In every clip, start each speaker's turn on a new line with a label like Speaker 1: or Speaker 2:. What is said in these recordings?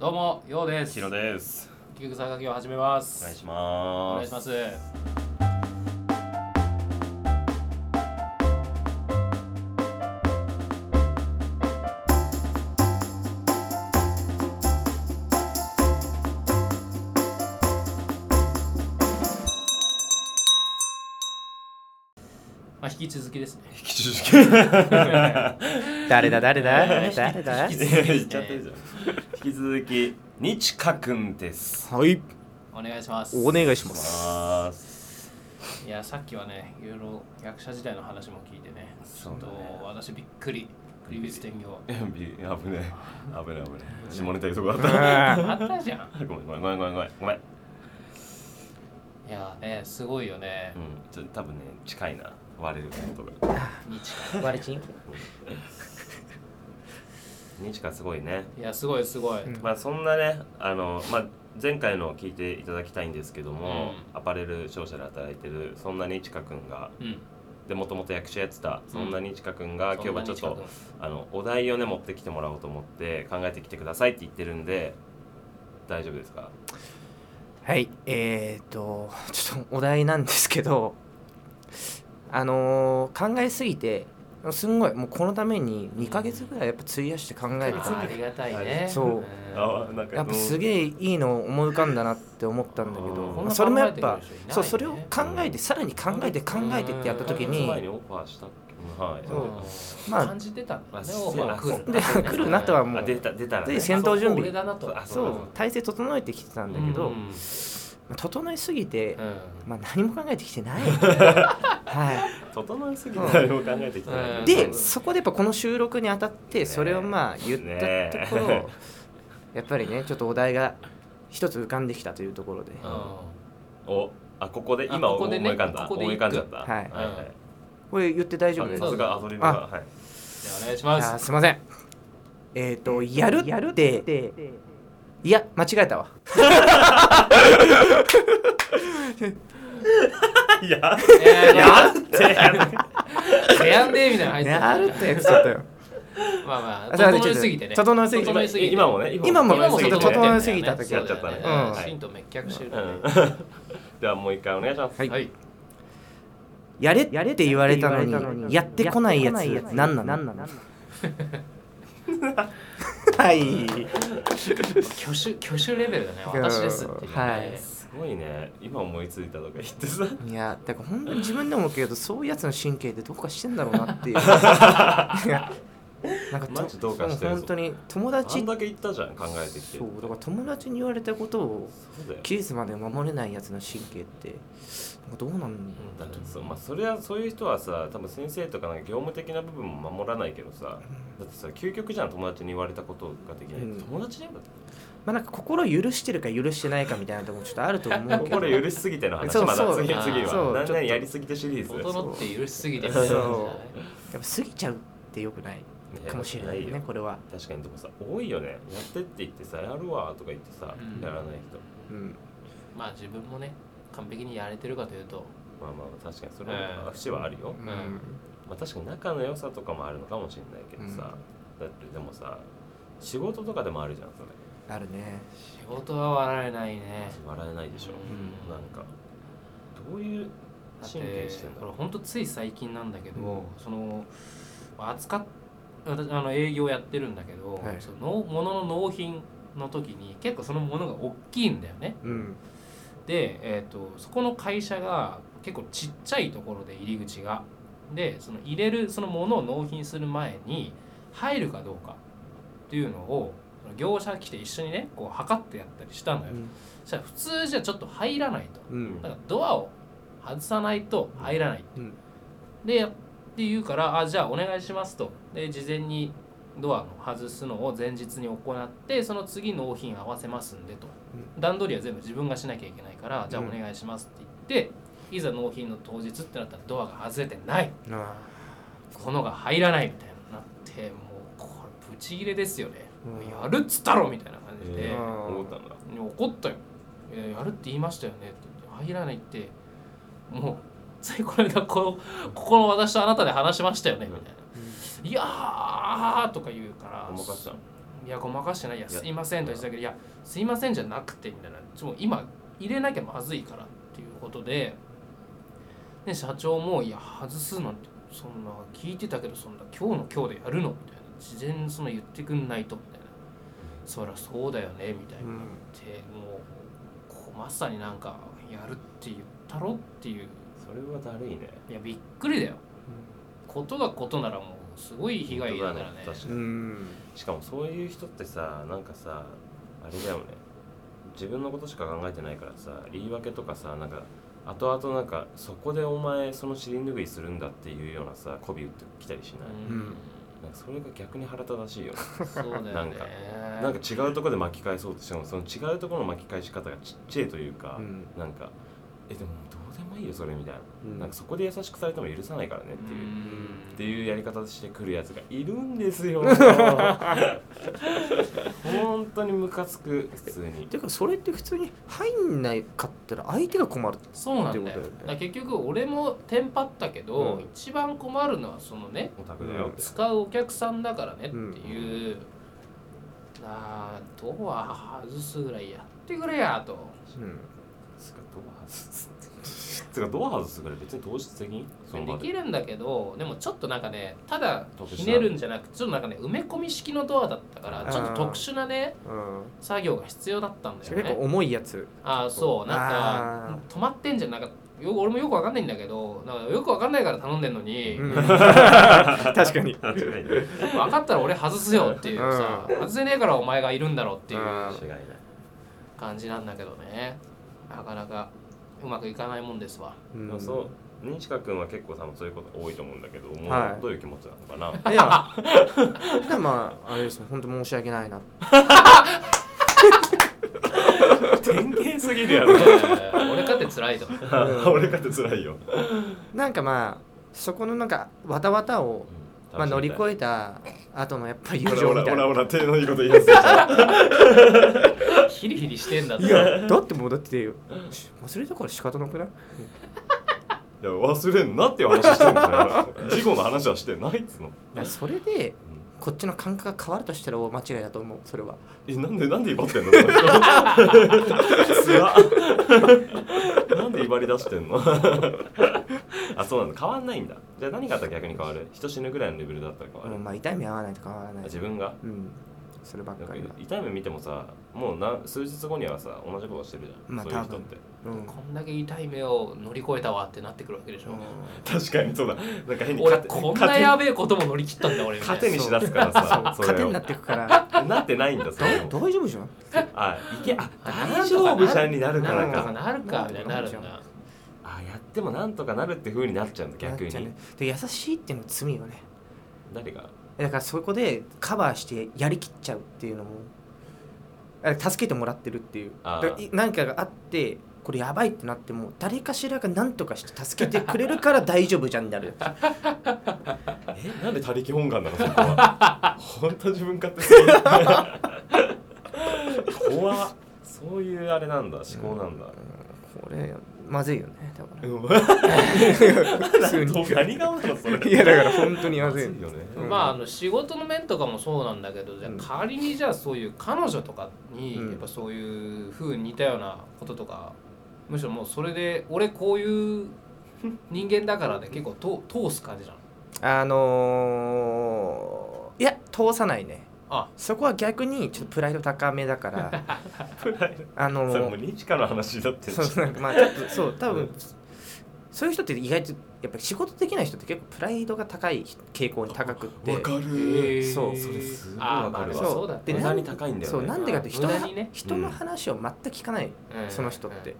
Speaker 1: どうも、ようです。
Speaker 2: シロです。
Speaker 1: 結局三角形を始めます。
Speaker 2: お願いし
Speaker 1: お
Speaker 2: ま
Speaker 1: 願い
Speaker 2: す。
Speaker 1: します。まあ、引き続きですね。
Speaker 2: 引き続き。言
Speaker 3: 誰だ誰だ
Speaker 1: えー
Speaker 3: 誰だ
Speaker 1: 引き続きですね
Speaker 2: っちゃってるじゃん。引き続き、にちかくんです。
Speaker 3: はい
Speaker 1: お願いします。
Speaker 3: お願いします
Speaker 2: まーす。
Speaker 1: いやさっきはねいろいろ役者時代の話も聞いてねち
Speaker 2: そ
Speaker 1: ょ
Speaker 2: う
Speaker 1: っ
Speaker 2: だ
Speaker 1: と
Speaker 2: ね
Speaker 1: 私びっくりクリビス天業
Speaker 2: え、び、危ねえ。危ねえ、危ねえ。下ネタ言うとこだっ
Speaker 3: あ
Speaker 1: あったじゃん
Speaker 2: た。ごめん、ごめん、ごめん、ごめん、ごめん。ごめん。
Speaker 1: いやねすごいよね
Speaker 2: うん、ちょっと多分ね、近いな。割れることが。
Speaker 1: 日
Speaker 3: ー割れちん
Speaker 2: にちかすごいね。
Speaker 1: いやすごいすごい、
Speaker 3: うん
Speaker 2: まあ、そんなね、あの、まあ。前回のを聞いていただきたいんですけども、
Speaker 1: う
Speaker 2: アパレル商社で働いてるそんなにちかくんが
Speaker 1: うん、
Speaker 2: でもともと役者やってたそんなにちかくんが、今日はちょっと
Speaker 1: そ
Speaker 2: あのお題をね持ってきてもらおうと思って考えてきてくださいって言ってるんで大丈夫ですか
Speaker 3: はいえー、っとちょっとお題なんですけどあのー、考えすぎてすんごいもうこのために2ヶ月ぐらいやっぱ費やして考え
Speaker 1: ん
Speaker 3: る
Speaker 1: な近くあありがたいね
Speaker 3: そうん
Speaker 2: あなんか
Speaker 3: やっぱすげえいいの思い浮かんだなって思ったんだけど、
Speaker 2: うん
Speaker 3: まあそれもやっぱ
Speaker 1: こんな考えてくれる人いないね
Speaker 3: そうそれを考えてさらに考えて考えてってやった時
Speaker 2: 一ヶ月
Speaker 3: に
Speaker 2: 前にオファーしたっけはい
Speaker 3: そう
Speaker 1: うん
Speaker 3: まあ
Speaker 1: 感じてたんだ
Speaker 2: まあ
Speaker 1: ねオファー
Speaker 2: そう
Speaker 1: 来る
Speaker 3: で来るなとはも
Speaker 2: あ
Speaker 3: う
Speaker 2: 出た出たら、
Speaker 3: で戦闘準備
Speaker 1: 俺だなと
Speaker 2: あ
Speaker 3: そ
Speaker 2: そう
Speaker 3: う体勢整えてきてたんだけど、
Speaker 2: うん
Speaker 3: まあ整えすぎて、
Speaker 1: うん
Speaker 3: まあ、何も考えてき てないはい
Speaker 2: 整えすぎて
Speaker 3: うん
Speaker 2: 何も考えてきてない、
Speaker 1: うん
Speaker 3: で
Speaker 1: ん
Speaker 3: そこでやっぱこの収録にあたってそれをまあ言ったところ、
Speaker 2: ね
Speaker 3: やっぱりねちょっとお題が一つ浮かんできたというところで、
Speaker 2: おあここで
Speaker 1: あ
Speaker 2: 今
Speaker 1: ここでね
Speaker 2: 思い浮かんだ
Speaker 1: ここで一句
Speaker 2: 思い浮かんじゃった
Speaker 3: はい
Speaker 2: はい
Speaker 1: うん
Speaker 2: はい
Speaker 3: これ言って大丈夫です
Speaker 2: さ
Speaker 1: そ
Speaker 2: す
Speaker 1: うだ
Speaker 2: がアドリブがはい
Speaker 1: じゃあお願いしま
Speaker 3: あ
Speaker 1: す
Speaker 3: すいませんえっ、とやるやるっていや間違えたわ
Speaker 2: い
Speaker 1: いや
Speaker 2: や
Speaker 1: いや
Speaker 2: やるって
Speaker 1: やんでみたいなの入ってた
Speaker 3: やるってやつだったよ
Speaker 1: まあまあ
Speaker 3: あすいません
Speaker 1: 整えすぎてね
Speaker 3: ちょっと整えすぎて
Speaker 1: 整えすぎて
Speaker 2: 今もね
Speaker 3: 今も
Speaker 1: 今も
Speaker 3: ちょっと整えすぎた時
Speaker 2: やっちゃったね
Speaker 3: うん
Speaker 1: シンと滅却してるからね
Speaker 2: うん、ではもう一回お願いします。
Speaker 3: はい
Speaker 1: はい
Speaker 3: やれって言われたのにやってこないやつ何なのはい
Speaker 1: 挙手挙手レベルだね
Speaker 3: うん
Speaker 1: 私ですっていうね
Speaker 3: はい
Speaker 2: すごいね。今思いついたとか言ってさ。
Speaker 3: いやだから本当に自分でも思うけどそういうやつの神経ってどうかしてんだろうな っていういやなんかと
Speaker 2: マジどうかしてるぞ
Speaker 3: 本当に友
Speaker 2: あ
Speaker 3: 達
Speaker 2: んだけ言ったじゃん考えてきて。
Speaker 3: そうだから友達に言われたことを
Speaker 2: そうだよ。
Speaker 3: 期日まで守れないやつの神経ってなんかどうなん
Speaker 2: だ
Speaker 3: だ
Speaker 2: っ
Speaker 3: ろ
Speaker 2: てそうまあそれはそういう人はさ多分先生とかなんか業務的な部分も守らないけどさだってさ究極じゃん友達に言われたことができない、
Speaker 3: うん
Speaker 2: 友達にも
Speaker 3: まあなんか心許してるか許してないかみたいなところもちょっとあると思うけど
Speaker 2: 心許しすぎての話
Speaker 3: そう
Speaker 2: まだ
Speaker 3: そう
Speaker 2: 次次
Speaker 1: あー
Speaker 3: そう
Speaker 2: は何
Speaker 3: ちょっ
Speaker 2: 々
Speaker 3: と
Speaker 2: やりすぎてシリーズ
Speaker 1: 整って許しすぎて
Speaker 2: そう
Speaker 3: やっぱ過ぎちゃうってよくないかもしれないよねこれは、
Speaker 2: 確かにでもさ多いよねやってって言ってさやるわとか言ってさ、
Speaker 1: うん
Speaker 2: やらない人
Speaker 3: うん、
Speaker 1: まあ自分もね完璧にやれてるかというと
Speaker 2: まあまあ確かにそれ
Speaker 1: ええ
Speaker 2: は節はあるよ、
Speaker 3: うん
Speaker 2: まあ、確かに仲の良さとかもあるのかもしれないけどさ、だってでもさ仕事とかでもあるじゃんそれ
Speaker 3: あるね
Speaker 1: 仕事は笑えないね
Speaker 2: 笑えないでしょ、
Speaker 1: うん
Speaker 2: なんかどういう
Speaker 1: だって
Speaker 2: 神経してん
Speaker 1: こ
Speaker 2: だ
Speaker 1: れ
Speaker 2: ろ
Speaker 1: ほんとつい最近なんだけど、
Speaker 3: うん
Speaker 1: そのまあ扱っ私あの営業やってるんだけど、
Speaker 3: はい
Speaker 1: その物の納品の時に結構その物が大きいんだよね
Speaker 3: うん
Speaker 1: で、えー、とそこの会社が結構ちっちゃいところで入り口がでその入れるそのものを納品する前に入るかどうかっていうのを業者来て一緒にねこう測ってやったりしたのよ、
Speaker 3: うん
Speaker 1: そしたら普通じゃちょっと入らないと
Speaker 3: うん
Speaker 1: だからドアを外さないと入らない、
Speaker 3: うん
Speaker 1: でやって言うからあじゃあお願いしますとで事前にドアの外すのを前日に行ってその次納品合わせますんでと、
Speaker 3: う
Speaker 1: 段取りは全部自分がしなきゃいけないからじゃあ
Speaker 3: う
Speaker 1: お
Speaker 3: ん
Speaker 1: 願いしますって言って、いざ納品の当日ってなったらドアが外れてない
Speaker 3: あ
Speaker 1: このが入らないみたいになってもうこれブチギレですよね、
Speaker 3: うん
Speaker 1: やるっつったろみたいな感じで。
Speaker 2: え
Speaker 3: うん
Speaker 2: ー、思ったんだ
Speaker 1: いや怒ったよいややるって言いましたよねって入らないってもうついこの間このここの私とあなたで話しましたよねみたいな「いやー」とか言うから
Speaker 2: ごまかしたの
Speaker 1: いやごまかしてないいや
Speaker 2: いや
Speaker 1: すいませんとは言ってたけどいやすいませんじゃなくてみたいなちょもう今入れなきゃまずいからっていうことでで社長もいや外すなんてそんな聞いてたけどそんな今日の今日でやるのみたいな事前にその言ってくんないとみたいなそりゃそうだよねみたいなって、もうこうまさになんかやるって言ったろっていう
Speaker 2: それはだるいね
Speaker 1: いやびっくりだよことがことならもうすごい被害だからね
Speaker 2: 本当だね確か
Speaker 3: うんうん
Speaker 2: しかもそういう人ってさなんかさあれだよね自分のことしか考えてないからさ言い訳とかさなんか後々なんかそこでお前その尻拭いするんだっていうようなさ媚び打ってきたりしない、
Speaker 1: う
Speaker 3: うん
Speaker 1: ん
Speaker 2: なんかそれが逆に腹立たしいよね
Speaker 1: そうだよね
Speaker 2: なんかなんか違うところで巻き返そうとしてもその違うところの巻き返し方がちっちゃいというか、
Speaker 3: うん
Speaker 2: なんかえでもどうでもいいよそれみたいな,、
Speaker 3: うん
Speaker 2: なんかそこで優しくされても許さないからねっていう、
Speaker 1: うん
Speaker 2: っていうやり方してくるやつがいるんです よ本当にムカつく普通に
Speaker 3: てかそれって普通に入んないかったら相手が困る
Speaker 1: そうなんだよ
Speaker 3: ってことだよね
Speaker 1: だから結局俺もテンパったけど、
Speaker 3: うん
Speaker 1: 一番困るのはそのね
Speaker 2: オタクだよって、
Speaker 1: 使うお客さんだからねっていう、なあドア外すぐらいやってくれやと
Speaker 3: うん
Speaker 2: つかドア外すつかドア外すから別に当日的にその
Speaker 1: で
Speaker 2: 場
Speaker 1: き
Speaker 2: で
Speaker 1: るんだけどでもちょっとなんかねただひねるんじゃなくてちょっとなんかね埋め込み式のドアだったからちょっと特殊なね
Speaker 3: うん
Speaker 1: 作業が必要だったんだ
Speaker 3: そ
Speaker 1: よ
Speaker 3: れ
Speaker 1: ね
Speaker 3: 結構重いやつ
Speaker 1: ああそうなんか止まってんじゃんなんかよ俺もよくわかんないんだけどなんかよくわかんないから頼んでんのに、
Speaker 3: うん
Speaker 1: 分
Speaker 3: 確かに
Speaker 2: 確かに違い
Speaker 1: かったら俺外すよっていうさ、外せねえからお前がいるんだろうっていう
Speaker 3: うん
Speaker 2: ない
Speaker 1: 感じなんだけどねなかなかうまくいかないもんですわ
Speaker 3: う
Speaker 2: で
Speaker 3: ん
Speaker 2: もそう西川君は結構多分そういうこと多いと思うんだけどもう、
Speaker 3: はい
Speaker 2: どういう気持ちなのかない
Speaker 3: やでもまああれですね本当申し訳ないな
Speaker 2: 典型すぎるや
Speaker 1: 俺かって辛いと思う
Speaker 2: ろ俺かって辛いよ
Speaker 3: なんかまあそこのなんかわたわたを、まあ、乗り越えた後のやっぱり友情
Speaker 2: ほら
Speaker 3: みた
Speaker 2: ほ
Speaker 3: い
Speaker 2: ら
Speaker 3: な
Speaker 2: ほら手のいいこと言いますよ
Speaker 1: ヒリヒリしてんだって
Speaker 3: いやだってもうだってし忘れたから仕方なくない
Speaker 2: いや忘れんなっていう話してんだよ事故の話はしてないっつうの
Speaker 3: いやそれでこっちの感覚が変わるとしたら大間違いだと思うそれは
Speaker 2: えなんでなんで威張ってんのその人つらなんで威張り出してんのあそうなんだ変わんないんだじゃあ何があったら逆に変わる人死ぬぐらいのレベルだったら変わる、
Speaker 3: うん
Speaker 2: あ
Speaker 3: まあ痛い目合わないと変わらない
Speaker 2: 自分が
Speaker 3: うんそればっ
Speaker 2: なん
Speaker 3: か
Speaker 2: か
Speaker 3: りだ
Speaker 2: 痛い目見てもさもうな数日後にはさ同じことしてるじゃん、
Speaker 3: まあ
Speaker 2: そういう人って
Speaker 3: うん
Speaker 1: こんだけ痛い目を乗り越えたわってなってくるわけでしょ、
Speaker 2: 確かにそうだなんか変に
Speaker 1: 俺
Speaker 2: 勝て
Speaker 1: こん
Speaker 2: 勝
Speaker 1: な
Speaker 2: 手に
Speaker 1: やべえことも乗り切ったんだ俺みたいな
Speaker 2: 糧にしだすからさ
Speaker 3: そう
Speaker 2: それを
Speaker 3: 糧になって くから
Speaker 2: なってないんだそれ
Speaker 3: え
Speaker 2: も
Speaker 3: 大丈夫じゃん
Speaker 2: あいけあ
Speaker 1: 大
Speaker 2: 大
Speaker 1: 丈
Speaker 2: 丈
Speaker 1: 夫
Speaker 2: 夫じゃんになるか
Speaker 1: な
Speaker 2: ら
Speaker 1: んとか
Speaker 2: か
Speaker 1: なるかみたいになるんだ
Speaker 2: あやってもなんとかなるって風になっちゃうんだ逆
Speaker 3: なっ
Speaker 2: に、
Speaker 3: ちゃうねで優しいっていうのは罪よね
Speaker 2: 誰が
Speaker 3: だからそこでカバーしてやりきっちゃうっていうのもあ助けてもらってるっていう
Speaker 2: あー
Speaker 3: だからい何かがあってこれやばいってなっても誰かしらが何とかして助けてくれるから大丈夫じゃんになる
Speaker 2: えなんで他力本願なのそこは本当自分勝手すぎる怖っそういうあれなんだ思考なんだ、
Speaker 3: これまずいよねだから
Speaker 2: うん、
Speaker 3: 普通に
Speaker 2: 何がなのそれ
Speaker 3: いやだから本当にま
Speaker 2: ま
Speaker 3: ず
Speaker 2: ず
Speaker 3: い
Speaker 2: いよね
Speaker 3: うん
Speaker 1: まああの仕事の面とかもそうなんだけど、じゃあ
Speaker 3: うん
Speaker 1: 仮にじゃあそういう彼女とかに、
Speaker 3: うん
Speaker 1: やっぱそういう風に似たようなこととかむしろもうそれで俺こういう人間だからで結構と通す感じなの
Speaker 3: あのーいや通さないね
Speaker 1: あ
Speaker 3: そこは逆にちょっとプライド高めだから あの
Speaker 2: それもう
Speaker 3: ー
Speaker 2: 日からの話だって
Speaker 3: そうなんかまあちょっとそう多
Speaker 2: う
Speaker 3: 分
Speaker 2: ん
Speaker 3: そういう人って意外とやっぱり仕事できない人って結構プライドが高い傾向に高くって
Speaker 2: わかる、
Speaker 3: そう
Speaker 2: それすごい
Speaker 1: あー
Speaker 2: わ
Speaker 1: ま
Speaker 2: か
Speaker 1: あ
Speaker 2: る
Speaker 1: そう
Speaker 2: わ
Speaker 1: そうだ
Speaker 3: で
Speaker 1: ね
Speaker 2: 無駄に高いんだよね
Speaker 3: そうなんでかって人の
Speaker 1: 無駄にね
Speaker 3: 人の話を全く聞かない、
Speaker 1: うん
Speaker 3: その人って、
Speaker 2: うん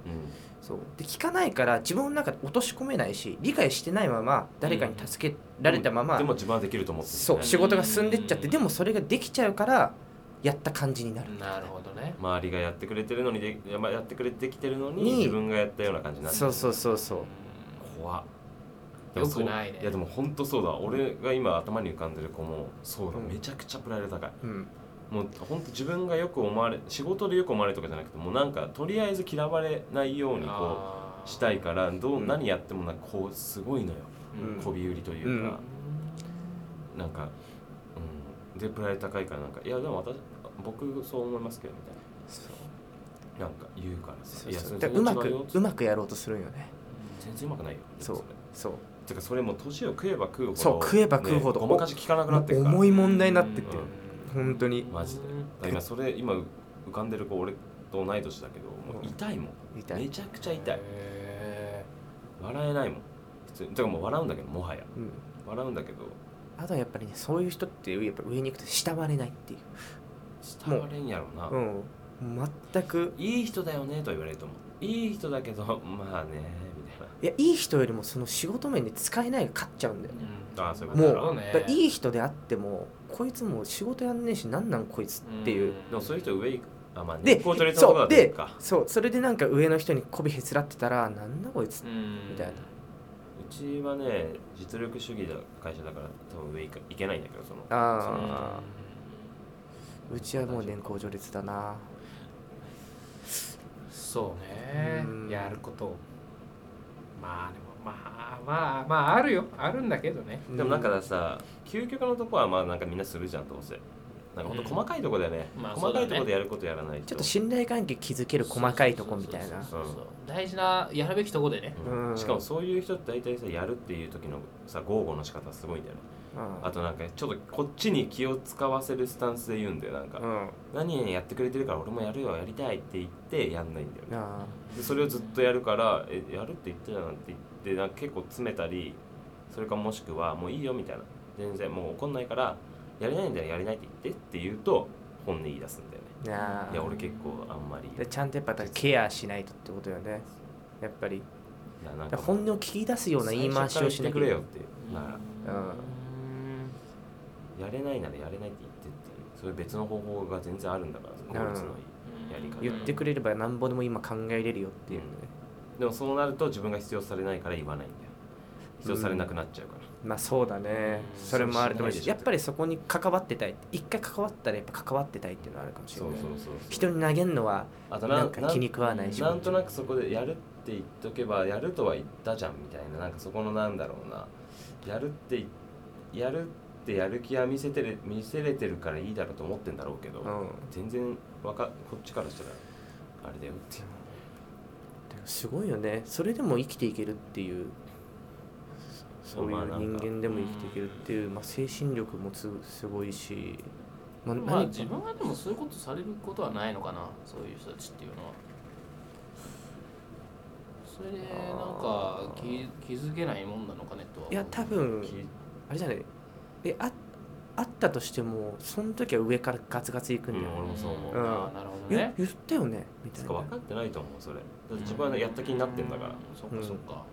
Speaker 3: そうで聞かないから自分の中で落とし込めないし理解してないまま誰かに助けられたまま、
Speaker 2: でも自分はできると思ってるね
Speaker 3: そう仕事が進んでっちゃって
Speaker 1: うん
Speaker 3: でもそれができちゃうからやった感じになる
Speaker 1: なるほどね
Speaker 2: 周りがやってくれてるのにでやまやってくれてきてるのに
Speaker 3: に
Speaker 2: 自分がやったような感じになって
Speaker 3: そうそうそうそう
Speaker 2: 怖っ
Speaker 1: よくないね
Speaker 2: いやでも本当そうだ俺が今頭に浮かんでる子もそうだ、
Speaker 3: うん
Speaker 2: めちゃくちゃプライド高い
Speaker 3: うん
Speaker 2: もう本当自分がよく思われ仕事でよく思われるとかじゃなくてもうなんかとりあえず嫌われないようにこ
Speaker 1: あ
Speaker 2: う
Speaker 1: ー
Speaker 2: したいからどう、
Speaker 3: うん
Speaker 2: 何やってもなんかこうすごいのよ
Speaker 1: うん
Speaker 2: 媚び売りというか、なんか、うん、でプライド高いからなんかいやでも私僕そう思いますけどみたい
Speaker 3: そう
Speaker 2: ななんか言うからさ
Speaker 3: そうそう
Speaker 2: い
Speaker 3: だ
Speaker 2: や
Speaker 3: からうま
Speaker 2: それ違う
Speaker 3: く
Speaker 2: よ
Speaker 3: うまくやろうとするんよね
Speaker 2: 全然うまくないよ
Speaker 3: そう
Speaker 2: れ
Speaker 3: そう
Speaker 2: てかそれもう年を食えば食うほど
Speaker 3: そう食えば食うほど
Speaker 2: ねごまかし効かなくなってくから
Speaker 3: 重い問題になってって
Speaker 2: うん
Speaker 3: 本当に
Speaker 2: マジでだから今それ今浮かんでる子俺と同い年だけどもう痛いもん
Speaker 3: 痛
Speaker 2: め
Speaker 3: い、
Speaker 2: ちゃくちゃ痛い
Speaker 1: へ
Speaker 2: 笑えないもん普通にてかもう笑うんだけどもはや
Speaker 3: うん、
Speaker 2: 笑うんだけど
Speaker 3: あとはやっぱりねそういう人ってやっぱ上に行くと慕われないっていう
Speaker 2: 慕われんやろうな
Speaker 3: うん全く
Speaker 2: いい人だよねとは言われると思ういい人だけどまあねみたい
Speaker 3: いやいい人よりもその仕事面で使えないが勝っちゃうんだよ
Speaker 1: ー
Speaker 2: なああそういうこ
Speaker 3: も
Speaker 2: と
Speaker 3: う
Speaker 2: だ
Speaker 1: なるほど
Speaker 2: ろ
Speaker 1: ね
Speaker 3: だからいい人であってもこいつもう仕事やんねえしなんなんこいつっていう、
Speaker 2: でもそういう人上行くあまあ
Speaker 3: で
Speaker 2: 年功序列のところ
Speaker 3: そう
Speaker 2: だとい
Speaker 3: で
Speaker 2: うか
Speaker 3: そうそれでなんか上の人に媚びへつらってたらなんだこいつ
Speaker 1: み
Speaker 3: みたいな
Speaker 2: うちはね実力主義だ会社だから多分上行か行けないんだけどその
Speaker 3: ああうちはもう年功序列だな
Speaker 1: そうね
Speaker 3: うん
Speaker 1: やることまあでもまあまあまああるよあるんだけどね
Speaker 2: でもなんかさ究極のとこはまあなんかみんなするじゃんどうせなんかほんと細かいとこだよね、
Speaker 1: うんまあ
Speaker 2: 細か
Speaker 1: そう
Speaker 2: い
Speaker 1: だね
Speaker 2: とこでやることやらないと
Speaker 3: ちょっと信頼関係築ける細かいとこみたいな
Speaker 1: そうそうそうそう大事なやるべきとこでね
Speaker 2: うん
Speaker 3: うん
Speaker 2: しかもそういう人って大体さやるっていう時のさ豪語の仕方すごいんだよね
Speaker 3: うん
Speaker 2: あとなんかちょっとこっちに気を使わせるスタンスで言うんだよなんか、
Speaker 3: うん
Speaker 2: 何々やってくれてるから俺もやるよやりたいって言ってやんないんだよね
Speaker 3: あ
Speaker 2: でそれをずっとやるからえやるって言ってたなんて言ってなんか結構詰めたりそれかもしくはもういいよみたいな全然もう怒んないからやれないんだよやれないって言ってって言うと本音言い出すんだよね
Speaker 3: ーない
Speaker 2: や俺結構あんまり
Speaker 3: でちゃんとやっぱだからケアしないとってことよねやっぱり
Speaker 2: いやなん
Speaker 3: だから本音を聞き出すような言い回しをし
Speaker 2: 最
Speaker 3: な
Speaker 2: 初から言って
Speaker 3: き
Speaker 2: く
Speaker 3: ゃ
Speaker 2: れよってな
Speaker 3: うん
Speaker 2: らやれないならやれないって言ってっていうそれ別の方法が全然あるんだからその効率のいいやり方
Speaker 3: 言ってくれればなんぼでも今考えれるよっていうね、
Speaker 2: でもそうなると自分が必要されないから言わないんだよ必要されなくなっちゃうから、
Speaker 3: まあそうだね
Speaker 1: うん
Speaker 3: それもあると思う
Speaker 2: そうしないでし
Speaker 3: し
Speaker 2: ょ
Speaker 3: やっぱりそこに関わってたい一回関わったらやっぱ関わってたいっていうのはあるかもしれ
Speaker 2: そ
Speaker 3: な
Speaker 2: う
Speaker 3: い
Speaker 2: そうそうそう
Speaker 3: 人に投げるのは
Speaker 2: あと
Speaker 3: な
Speaker 2: なん
Speaker 3: か気に食わないし
Speaker 2: なんとなくそこでやるって言っとけばやるとは言ったじゃんみたいななんかそこのなんだろうなやるってやるってやる気は見せてれ見せれてるからいいだろうと思ってんだろうけど、
Speaker 3: うん
Speaker 2: 全然わかこっちからしたらあれだよっていう
Speaker 3: すごいよねそれでも生きていけるっていうそうい
Speaker 2: まあ
Speaker 3: う
Speaker 2: なん
Speaker 3: 人
Speaker 2: か
Speaker 3: 間でも生きていけるっていう、まあ、精神力もすすごいし、まあ、
Speaker 1: まあ
Speaker 3: 何
Speaker 1: 自
Speaker 3: か
Speaker 1: 分がでもそういうことされることはないのかなそういう人たちっていうのはそれでなんか気気づけないもんなのかねとはい
Speaker 3: や多分
Speaker 2: き
Speaker 3: あれじゃないえああったとしてもその時は上からガツガツいくんだよ、
Speaker 2: うん俺もそう思う
Speaker 1: あーなるほど
Speaker 3: え
Speaker 1: ね
Speaker 3: 言ったよねみた
Speaker 2: つ
Speaker 3: い
Speaker 2: か分
Speaker 3: な
Speaker 2: かってないと思うそれだって自分はやった気になってんだから、
Speaker 1: う
Speaker 2: うん
Speaker 1: そっかそっか、
Speaker 2: ん、こ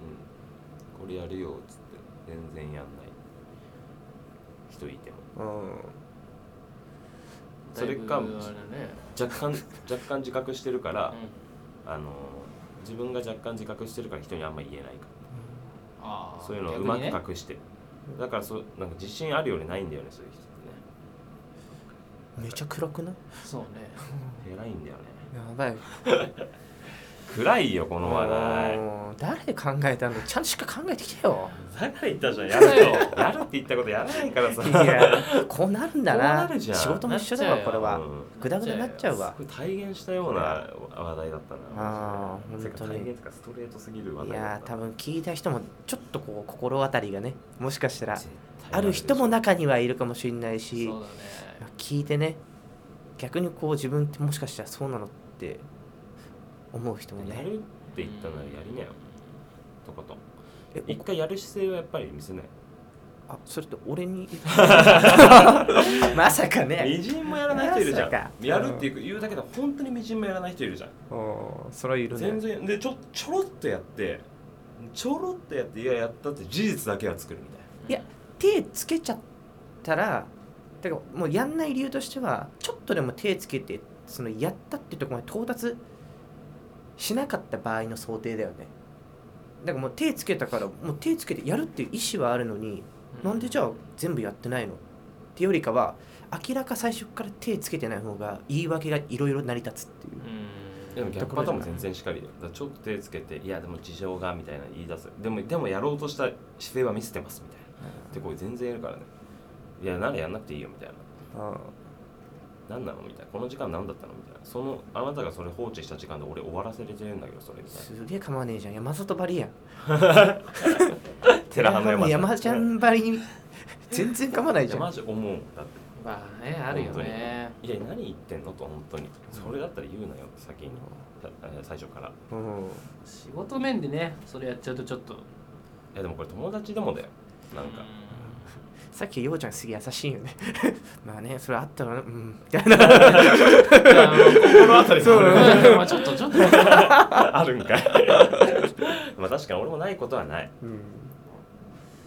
Speaker 2: れやるよっつって全然やんない人いても
Speaker 3: うん
Speaker 2: それか
Speaker 1: だいぶあれね
Speaker 2: 若干若干自覚してる から、
Speaker 1: うん
Speaker 2: あの自分が若干自覚してるから人にあんま言えないか
Speaker 1: あ
Speaker 2: ら
Speaker 1: ー
Speaker 2: そういうのをう
Speaker 1: 逆
Speaker 2: ま
Speaker 1: にね
Speaker 2: く隠してる、だからそうなんか自信あるようでないんだよねそういう人っ
Speaker 3: めちゃ暗くない
Speaker 1: そうね
Speaker 2: てね偉いんだよね
Speaker 3: やばい
Speaker 2: 暗いよこの話題
Speaker 3: もう誰考えたのちゃんとしっかり考えてき てよ
Speaker 2: だから言ったじゃんやるよやるって言ったことやらないからさ
Speaker 3: いやこうなるんだな
Speaker 2: こうなるじゃん
Speaker 3: 仕事も一緒だわ
Speaker 1: なっちゃうよ
Speaker 3: これは
Speaker 2: うん
Speaker 3: グダグダになっちゃうわ
Speaker 2: すごい体現したような話題だったな
Speaker 3: あー
Speaker 2: てか
Speaker 3: 本当に
Speaker 2: 体現とかストレートすぎる話
Speaker 3: い
Speaker 2: 題だ
Speaker 3: や
Speaker 2: っ
Speaker 3: ー
Speaker 2: た
Speaker 3: 多分聞いた人もちょっとこう心当たりがねもしかしたら
Speaker 2: 絶対
Speaker 3: ある人も
Speaker 2: な
Speaker 3: 中にはいるかもしれないし
Speaker 1: そうだね
Speaker 3: 聞いてね逆にこう自分ってもしかしたらそうなのって思う人も
Speaker 2: いでしょや
Speaker 3: ね
Speaker 2: るって言ったならやりなよとことん
Speaker 3: え
Speaker 2: 一回やる姿勢はやっぱり見せない
Speaker 3: おあそれって 俺にまさかね
Speaker 2: みじんもやらない人いるじゃ
Speaker 3: まさか
Speaker 2: んやるっていう言うだけで本当にみじんもやらない人いるじゃん
Speaker 3: おーそれはいるね
Speaker 2: 全然でちょちょろっとやってちょろっとやっていややったって事実だけは作るみたいない
Speaker 3: や手つけちゃったらてかもうやんない理由としてはちょっとでも手つけてそのやったってとこまで到達しなかった場合の想定だよねだからもう手つけたからもう手つけてやるっていう意思はあるのになんでじゃあ全部やってないのってよりかは明らか最初から手つけてない方が言い訳がいろいろ成り立つっていう
Speaker 1: うん
Speaker 2: でも逆パターンも全然しかりだよだからちょっと手つけていやでも事情がみたいな言い出すでもでもやろうとした姿勢は見せてますみたいなでこれ全然やるからねいやならやんなくていいよみたいな
Speaker 3: あ
Speaker 2: 何なのみたいなこの時間何だったのみたいなそのあなたがそれ放置した時間で俺終わらせれてるんだけどそれみたい
Speaker 3: すげえ構わねえじゃん山里ばりやん
Speaker 2: な寺浜山
Speaker 3: 山ちゃんばりに 全然構わない
Speaker 2: い
Speaker 3: じゃ
Speaker 2: や
Speaker 3: ん
Speaker 2: マジ思うだっ
Speaker 1: まあねあるよね
Speaker 2: ていや何言ってんのと本当にそれだったら言うなよ先にたえ最初からい
Speaker 3: うん
Speaker 1: 仕事面でねそれやっちゃうとちょっと
Speaker 2: やでもこれ友達でもだよなんか
Speaker 3: さっきようちゃんすげえ優しいよねまあねそれあったらうんみたいな
Speaker 1: うんいやあの
Speaker 2: 心当たり
Speaker 3: そうだね
Speaker 1: うんまあちょっとちょっと
Speaker 2: あるんかい まあ確かに俺もないことはない
Speaker 3: うん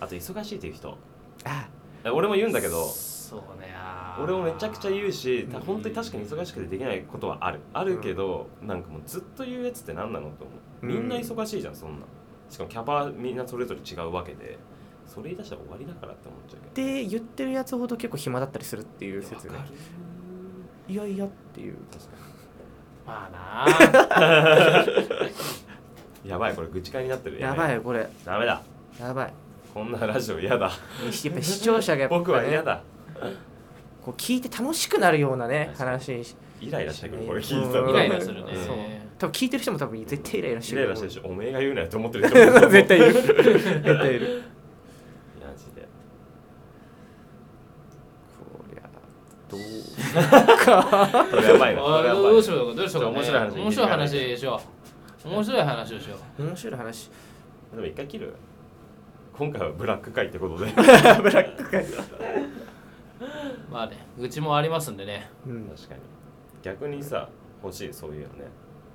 Speaker 2: あと忙しいっていう人
Speaker 3: あ
Speaker 2: え俺も言うんだけど
Speaker 1: そうねあー
Speaker 2: 俺もめちゃくちゃ言うし、た
Speaker 1: うん
Speaker 2: 本当に確かに忙しくてできないことはあるあるけど、なんかもうずっと言うやつって何なのと思うみんな忙しいじゃんそんなしかもキャパみんなそれぞれ違うわけでそれ言い出したら終わりだからって思っちゃうけ
Speaker 3: で言ってるやつほど結構暇だったりするっていう
Speaker 2: ど
Speaker 3: 説
Speaker 2: わ
Speaker 3: ね
Speaker 2: かる
Speaker 3: いやいやっていう
Speaker 2: 確か
Speaker 1: まあな
Speaker 2: にやばいこれ愚痴会になってる
Speaker 3: やばい
Speaker 2: い
Speaker 3: よこれ
Speaker 2: ダメだ
Speaker 3: やばい
Speaker 2: こんなラジオ嫌だ
Speaker 3: やっぱ視聴者がやっぱ、ね、
Speaker 2: 僕は嫌だ
Speaker 3: こう聞いて楽しくなるようなね
Speaker 2: 確かに
Speaker 3: 話にし
Speaker 2: イライラしてくるこれ
Speaker 3: うん
Speaker 2: 聞いてたら
Speaker 1: イライラするね
Speaker 2: うん
Speaker 3: 多分聞いてる人も多分絶対イライラして
Speaker 2: イ
Speaker 3: る
Speaker 2: ライラしてる
Speaker 3: し
Speaker 2: しおめえが言うなよと思ってる人もいる と思う
Speaker 3: 絶対 いる絶対いる
Speaker 2: マジで
Speaker 3: こりゃどう
Speaker 2: これやばいな
Speaker 1: あ
Speaker 2: これやばい
Speaker 1: どうしようどうしようかね
Speaker 2: 面白い話
Speaker 1: 面白い話でしょう面白い話でしょう
Speaker 3: 面白い話
Speaker 2: でも一回切る今回はブラック会ってこと で
Speaker 1: まあね愚痴もありますんでね
Speaker 3: うん
Speaker 2: 確かに逆にさ欲しいそういうのね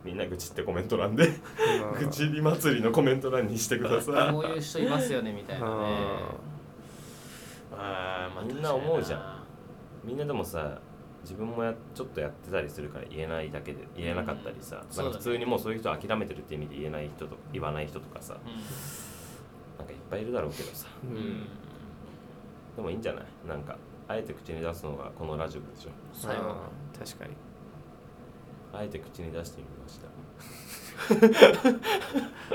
Speaker 2: みんな愚痴ってコメント欄で 愚痴り祭りのコメント欄にしてくださ
Speaker 1: こういう人いますよねみたいなねあーまあ
Speaker 2: みんな思うじゃん
Speaker 1: 確か
Speaker 2: いみんなでもさ自分もやちょっとやってたりするから言えないだけで言えなかったりさ、
Speaker 1: うん
Speaker 2: なん
Speaker 1: そうだ
Speaker 2: か
Speaker 1: ね
Speaker 2: 普通にもうそういう人諦めてるって意味で言えない人と言わない人とかさ
Speaker 1: にな
Speaker 2: なんかいっぱいいるだろうけどさ
Speaker 3: う
Speaker 1: うんうん
Speaker 3: ん
Speaker 2: でもいいんじゃないなんかあえて口に出すのがこのラジオでしょ
Speaker 1: 最後の
Speaker 3: うん確かに
Speaker 2: あえて口に出してみまし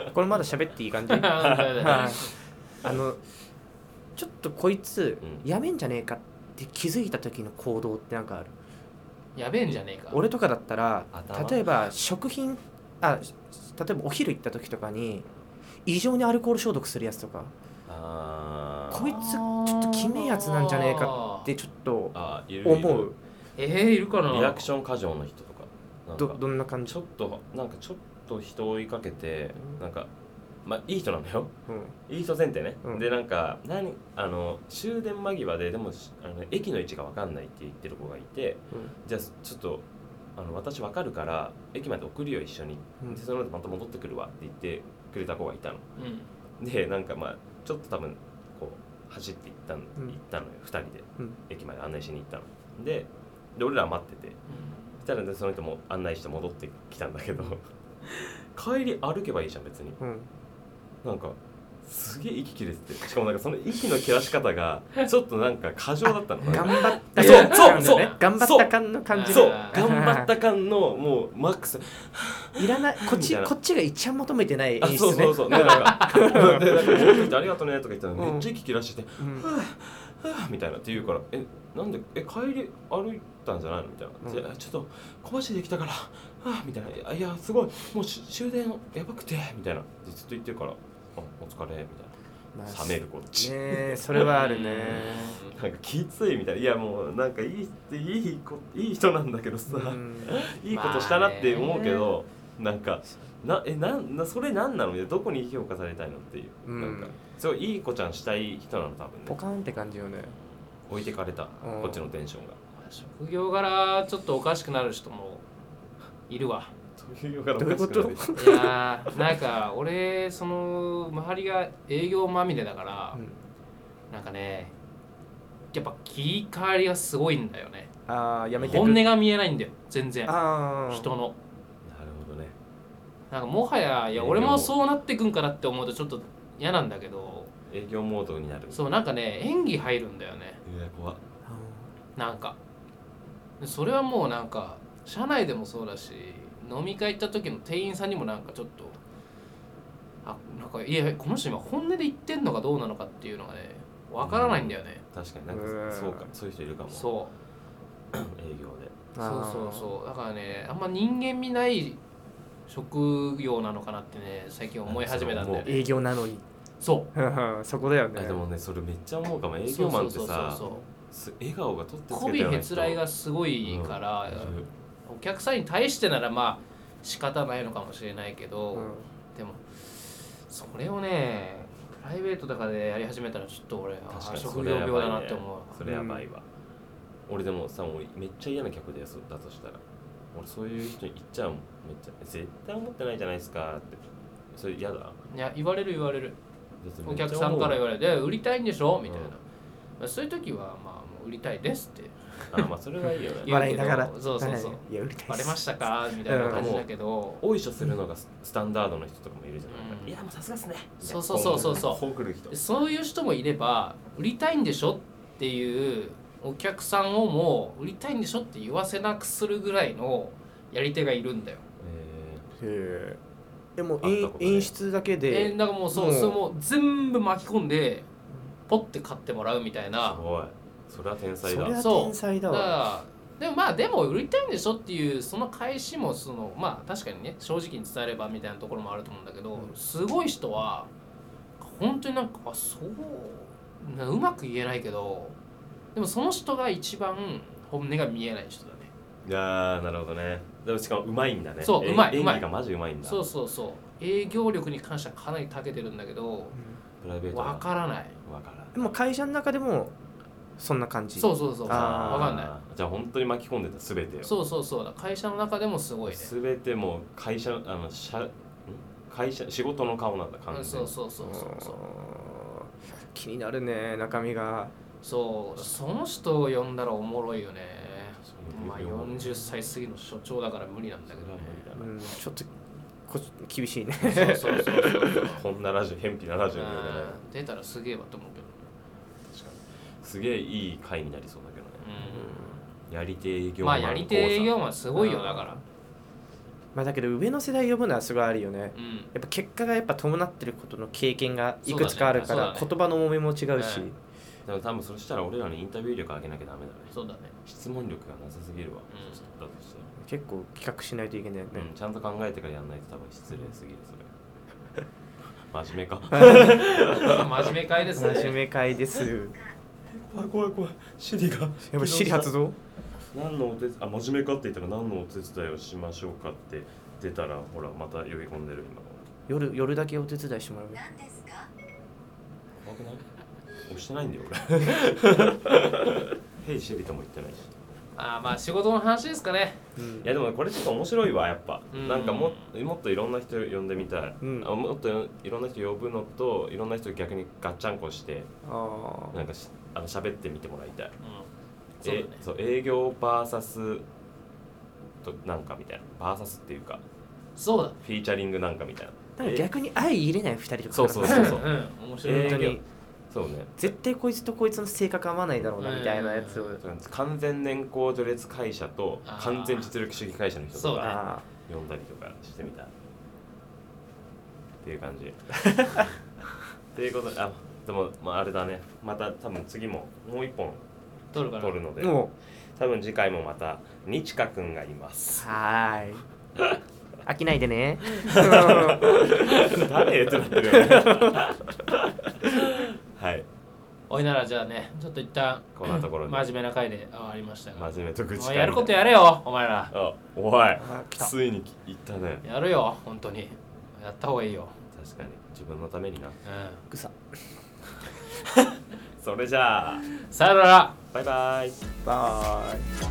Speaker 2: た
Speaker 3: これまだ喋っていい感じはい
Speaker 1: あ
Speaker 3: あのちょっとこいつ
Speaker 2: うん
Speaker 3: やめんじゃねえかって気づいた時の行動ってなんかある
Speaker 1: やべえんじゃねえか
Speaker 3: 俺とかだったら
Speaker 2: 頭
Speaker 3: 例えば食品あ例えばお昼行った時とかに異常にアルコール消毒するやつとか
Speaker 2: あー
Speaker 3: こいつちょっときめえやつなんじゃねえかってちょっと
Speaker 2: あーいるいる
Speaker 3: 思う
Speaker 1: えー、いるかな
Speaker 2: リアクシ
Speaker 1: ョン
Speaker 2: ョン過剰の人とかなんか
Speaker 3: どどんな感
Speaker 2: ち
Speaker 3: じ、
Speaker 2: ょっとなんかちょっと人を追いかけてなんかまあいい人なんだよ
Speaker 3: うん、
Speaker 2: いい人前提ね、
Speaker 3: うん
Speaker 2: でなんか何あの終電間際ででもしあの駅の位置が分かんないって言ってる子がいてじゃあちょっとあの私分かるから駅まで送るよ一緒に
Speaker 3: うん
Speaker 2: でその後また戻ってくるわって言ってくれた子がいたの
Speaker 1: うん
Speaker 2: でなんかまあちょっと多分こう走って行ったの,、
Speaker 3: うん
Speaker 2: 行ったのよ2人で、
Speaker 3: うん
Speaker 2: 駅まで案内しに行ったのでで俺らは待っててそしたらねその人も案内して戻ってきたんだけ ど帰り歩けばいいじゃん別に
Speaker 3: うん、
Speaker 2: なんかすげえ息切れててしかもなんかその息の切らし方がちょっとなんか過剰だったの
Speaker 3: 頑張った
Speaker 2: そうそうそう
Speaker 3: ね頑張った感の感じ
Speaker 2: そう
Speaker 1: あー
Speaker 2: 頑張った感のもうマックス
Speaker 3: いらないこっち
Speaker 2: みたいな
Speaker 3: こっちが一番求めてない演
Speaker 2: あ
Speaker 3: 出ね
Speaker 2: そうそうそうでなんか でなんか戻ってきて「ありがとうね」とか言ったらめっちゃ息切らしてて
Speaker 3: うん
Speaker 2: 「みたいなって言うから「えなんでえ帰り歩いたんじゃないの?」みたいな「
Speaker 3: うん
Speaker 2: いやちょっと小走りできたから」あみたいな「いやいやすごいもうし終電やばくて」みたいなでずっと言ってるから「あお疲れ」みたいな。
Speaker 3: まあ
Speaker 2: 冷めるこっち、
Speaker 3: ねえそれはあるね
Speaker 2: なんかきついみたいないやもうなんかいいいい子いい人なんだけどさ、
Speaker 3: うん
Speaker 2: いいことしたなって思うけど、なんかなえなんなそれなんなのみたいなどこに評価されたいのっていう、
Speaker 3: うん
Speaker 2: なんかすごいいい子ちゃんしたい人なの多分
Speaker 3: ポ
Speaker 2: ね
Speaker 3: カーンって感じよね
Speaker 2: 置いてかれた
Speaker 3: うん
Speaker 2: こっちのテンションが
Speaker 1: 職業柄ちょっとおかしくなる人もいる わ
Speaker 2: というから
Speaker 3: どういうこと
Speaker 2: おかしくなる
Speaker 1: いやーなんか俺その周りが営業まみれだから、
Speaker 3: うん
Speaker 1: なんかねやっぱ切り替わりがすごいんだよね
Speaker 3: ああやめてく
Speaker 1: 本音が見えないんだよ全然
Speaker 3: ああ
Speaker 1: 人の
Speaker 2: なるほどね
Speaker 1: なんかもはやい
Speaker 2: 営
Speaker 1: や
Speaker 2: 業
Speaker 1: 俺もそうなってくんかなって思うとちょっと嫌なんだけど
Speaker 2: 営業モードになる
Speaker 1: そうなんかね演技入るんだよね
Speaker 2: うわ怖っ
Speaker 1: なんかでそれはもうなんか社内でもそうだし飲み会行った時の店員さんにもなんかちょっとあなんかいやこの人今本音で言ってんのかどうなのかっていうのがねわからないんだよね、
Speaker 2: 確かになん
Speaker 3: う
Speaker 2: か
Speaker 3: ん
Speaker 2: そうかそういう人いるかも
Speaker 1: そ
Speaker 2: 営業で
Speaker 1: うそうそうそうだからねあんま人間味ない職業なのかなってね最近思い始めたんだよね
Speaker 3: 営業なのに
Speaker 1: そ
Speaker 3: そこだよね
Speaker 2: あでもねそれめっちゃ思うかも
Speaker 1: う
Speaker 2: 営業マンっ
Speaker 1: そうそう
Speaker 2: て
Speaker 1: そう
Speaker 2: さ
Speaker 1: そう
Speaker 2: す笑顔がとってつけた
Speaker 1: 媚び
Speaker 2: ような
Speaker 1: へ
Speaker 2: 人
Speaker 1: つらいがすごいから、お客さんに対してならまあ仕方ないのかもしれないけど、
Speaker 3: うん
Speaker 1: でもそれをねプライベートとかでやり始めたらちょっと俺あ
Speaker 2: 確か
Speaker 1: ー
Speaker 2: に
Speaker 1: 職業病だなって思う、
Speaker 2: それやばいわ、俺でもさ俺めっちゃ嫌な客だよそだとしたら俺そういう人に言っちゃうもんめっちゃ絶対思ってないじゃないですかってそれ嫌だ
Speaker 1: いや言われる言われる
Speaker 2: 別に
Speaker 1: お
Speaker 2: めっちゃ
Speaker 1: 客さんから言
Speaker 2: 思
Speaker 1: われて「売りたいんでしょ?」みたいな、
Speaker 2: うん
Speaker 1: まあそういう時はまあもう売りたいですって
Speaker 2: うあまあそれはい いよね
Speaker 1: 言うけど
Speaker 3: 笑いながら
Speaker 1: そうそうそう
Speaker 3: はいいや売りたい
Speaker 1: バレま
Speaker 3: し
Speaker 1: したかみたいな感じだけど、
Speaker 2: おいしょするのがススタンダードの人とかもいるじゃない、
Speaker 1: うん
Speaker 2: いやもうさすがっすね
Speaker 1: そうそうそうそうそう
Speaker 2: こう来る人
Speaker 1: そういう人もいれば売りたいんでしょっていうお客さんをもう売りたいんでしょって言わせなくするぐらいのやり手がいるんだよ。
Speaker 2: え
Speaker 3: へえでもう
Speaker 2: 会った
Speaker 3: 演
Speaker 2: ことない
Speaker 3: 演出だけ
Speaker 1: え
Speaker 3: で
Speaker 1: なんかもうそう
Speaker 3: もう
Speaker 1: それもう全部巻き込んでポッて買ってもらうみたい
Speaker 2: ー、
Speaker 1: な
Speaker 2: す。ごいそれは天
Speaker 3: そ
Speaker 2: 才
Speaker 3: り
Speaker 2: だ
Speaker 3: ゃ
Speaker 1: そう
Speaker 3: 天才だ
Speaker 1: だか
Speaker 3: わ
Speaker 1: らでもまあでも売りたいんでしょっていうその返しもそのまあ確かにね正直に伝えればみたいなところもあると思うんだけど
Speaker 3: うん
Speaker 1: すごい人は本当になんかあそうなうまく言えないけどでもその人が一番本音が見えない人だね
Speaker 2: いやーなるほどねでもしかもうまいんだね
Speaker 1: そう
Speaker 2: え
Speaker 1: うまい
Speaker 2: 演
Speaker 1: うまい
Speaker 2: 技がマジうまいんだ
Speaker 1: そうそうそう営業力に関してはかなり長けてるんだけど
Speaker 2: プライベート
Speaker 1: わからない
Speaker 2: わからん
Speaker 3: でも会社の中でもそんな感じ
Speaker 1: そううそうそうわ
Speaker 3: あー
Speaker 1: かんない
Speaker 2: じゃあ本当に巻き込んでた全てよ
Speaker 1: そうそうそうだ会社の中でもすごいね
Speaker 2: 全てもう会社あの社ん会社仕事の顔なんだ感
Speaker 1: うん
Speaker 2: じ
Speaker 1: そうそうそうそうそう
Speaker 3: 気になるね中身が
Speaker 1: そうその人を呼んだらおもろいよね
Speaker 2: そう
Speaker 1: まあ40歳過ぎの所長だから無理なんだけ どね
Speaker 3: うんちょっとこ厳しいね
Speaker 1: そうそうそうそう
Speaker 2: こんなラジオ偏僻なラジオでね
Speaker 1: うん出たらすげえわと思うけど
Speaker 2: 確かにすげえいい回になりそうだけどね
Speaker 1: ね
Speaker 2: やり手営
Speaker 1: うん
Speaker 2: 業
Speaker 1: ま
Speaker 2: マ
Speaker 1: あ
Speaker 2: ン
Speaker 1: やり手営業
Speaker 2: 講
Speaker 1: マンすごいよだから
Speaker 3: まあだけど上の世代呼ぶのはすごいあるよね
Speaker 1: うん
Speaker 3: やっぱ結果がやっぱ伴ってることの経験がいくつかあるか
Speaker 1: そうだ
Speaker 3: ら
Speaker 1: ねそうだね
Speaker 3: 言葉の重みも違うし
Speaker 1: うん
Speaker 2: 座でも多分そしたら俺らのインタビュー力上げなきゃダメだね
Speaker 1: そうだね
Speaker 2: 質問力がなさすぎるわ、
Speaker 1: ん
Speaker 2: そしたらだとしたら
Speaker 3: 結構企画しないといけないよ
Speaker 2: う
Speaker 3: ね
Speaker 2: ん、ちゃんと考えてからやんないと多分失礼す ぎるそれ真面目か
Speaker 1: 真面目会ですね
Speaker 3: 真面目会です
Speaker 2: 怖い怖い怖いシリが
Speaker 3: やっぱシリ発動
Speaker 2: 何のお手あ真面目かって言ったら何のお手伝いをしましょうかって出たらほらまた呼び込んでる今
Speaker 3: 夜夜だけお手伝いしてもらう
Speaker 4: 何ですか
Speaker 2: 怖くない押してないんだよ 俺ヘイシェリとも言ってないし
Speaker 1: あーまあ仕事の話ですかね
Speaker 3: う
Speaker 2: い
Speaker 3: ん
Speaker 2: やでもこれちょっと面白いわやっぱ
Speaker 1: うん
Speaker 2: なんかももっといろんな人呼んでみたい、
Speaker 3: うん
Speaker 2: あもっといろんな人呼ぶのといろんな人逆にガッチャンコして
Speaker 3: あ
Speaker 2: なんかしあの喋ってみてもらいたい
Speaker 1: うんそうだ
Speaker 2: え
Speaker 1: ね
Speaker 2: そう営業 VS となんかみたいな VS っていうか
Speaker 1: そうだ
Speaker 2: フィーチャリングなんかみたいな
Speaker 3: あ逆に相入れない2人とか
Speaker 2: そうそ う
Speaker 1: う
Speaker 2: そうんそう
Speaker 1: うん面白
Speaker 3: 本
Speaker 1: い
Speaker 3: 当
Speaker 2: え
Speaker 3: に
Speaker 2: そうね
Speaker 3: 絶対こいつとこいつの性格合わないだろうな
Speaker 1: うん
Speaker 3: みたいなやつを
Speaker 2: 完全年功序列会社と
Speaker 1: あー
Speaker 2: 完全実力主義会社の人
Speaker 1: そ
Speaker 2: と
Speaker 1: う
Speaker 2: か
Speaker 1: だ
Speaker 3: あ
Speaker 2: 呼んだりとかしてみたいってい う感じっていうことであでも、まあ、あれだねまた多分次ももう一本
Speaker 1: 撮るから
Speaker 2: 取るの
Speaker 3: あ
Speaker 2: で
Speaker 3: も
Speaker 2: 多分次回もまたにちかくんがいま す
Speaker 3: うはーい飽きないでね
Speaker 2: 誰ってなってるよね はい
Speaker 1: おいならじゃあねちょっと一旦
Speaker 2: こんなところで
Speaker 1: 真面目な回で終わりましたが
Speaker 2: 真面目と愚
Speaker 1: も
Speaker 2: 痴
Speaker 1: う
Speaker 2: 会
Speaker 1: やることやれよお前ら
Speaker 2: あおい
Speaker 3: あ来た
Speaker 2: ついに言ったね
Speaker 1: やるよ本当にやった方がいいよ
Speaker 2: 確かに自分のためにな
Speaker 1: うん
Speaker 3: 草
Speaker 2: それじゃあ
Speaker 1: さよなら
Speaker 2: バイバイ
Speaker 3: バイ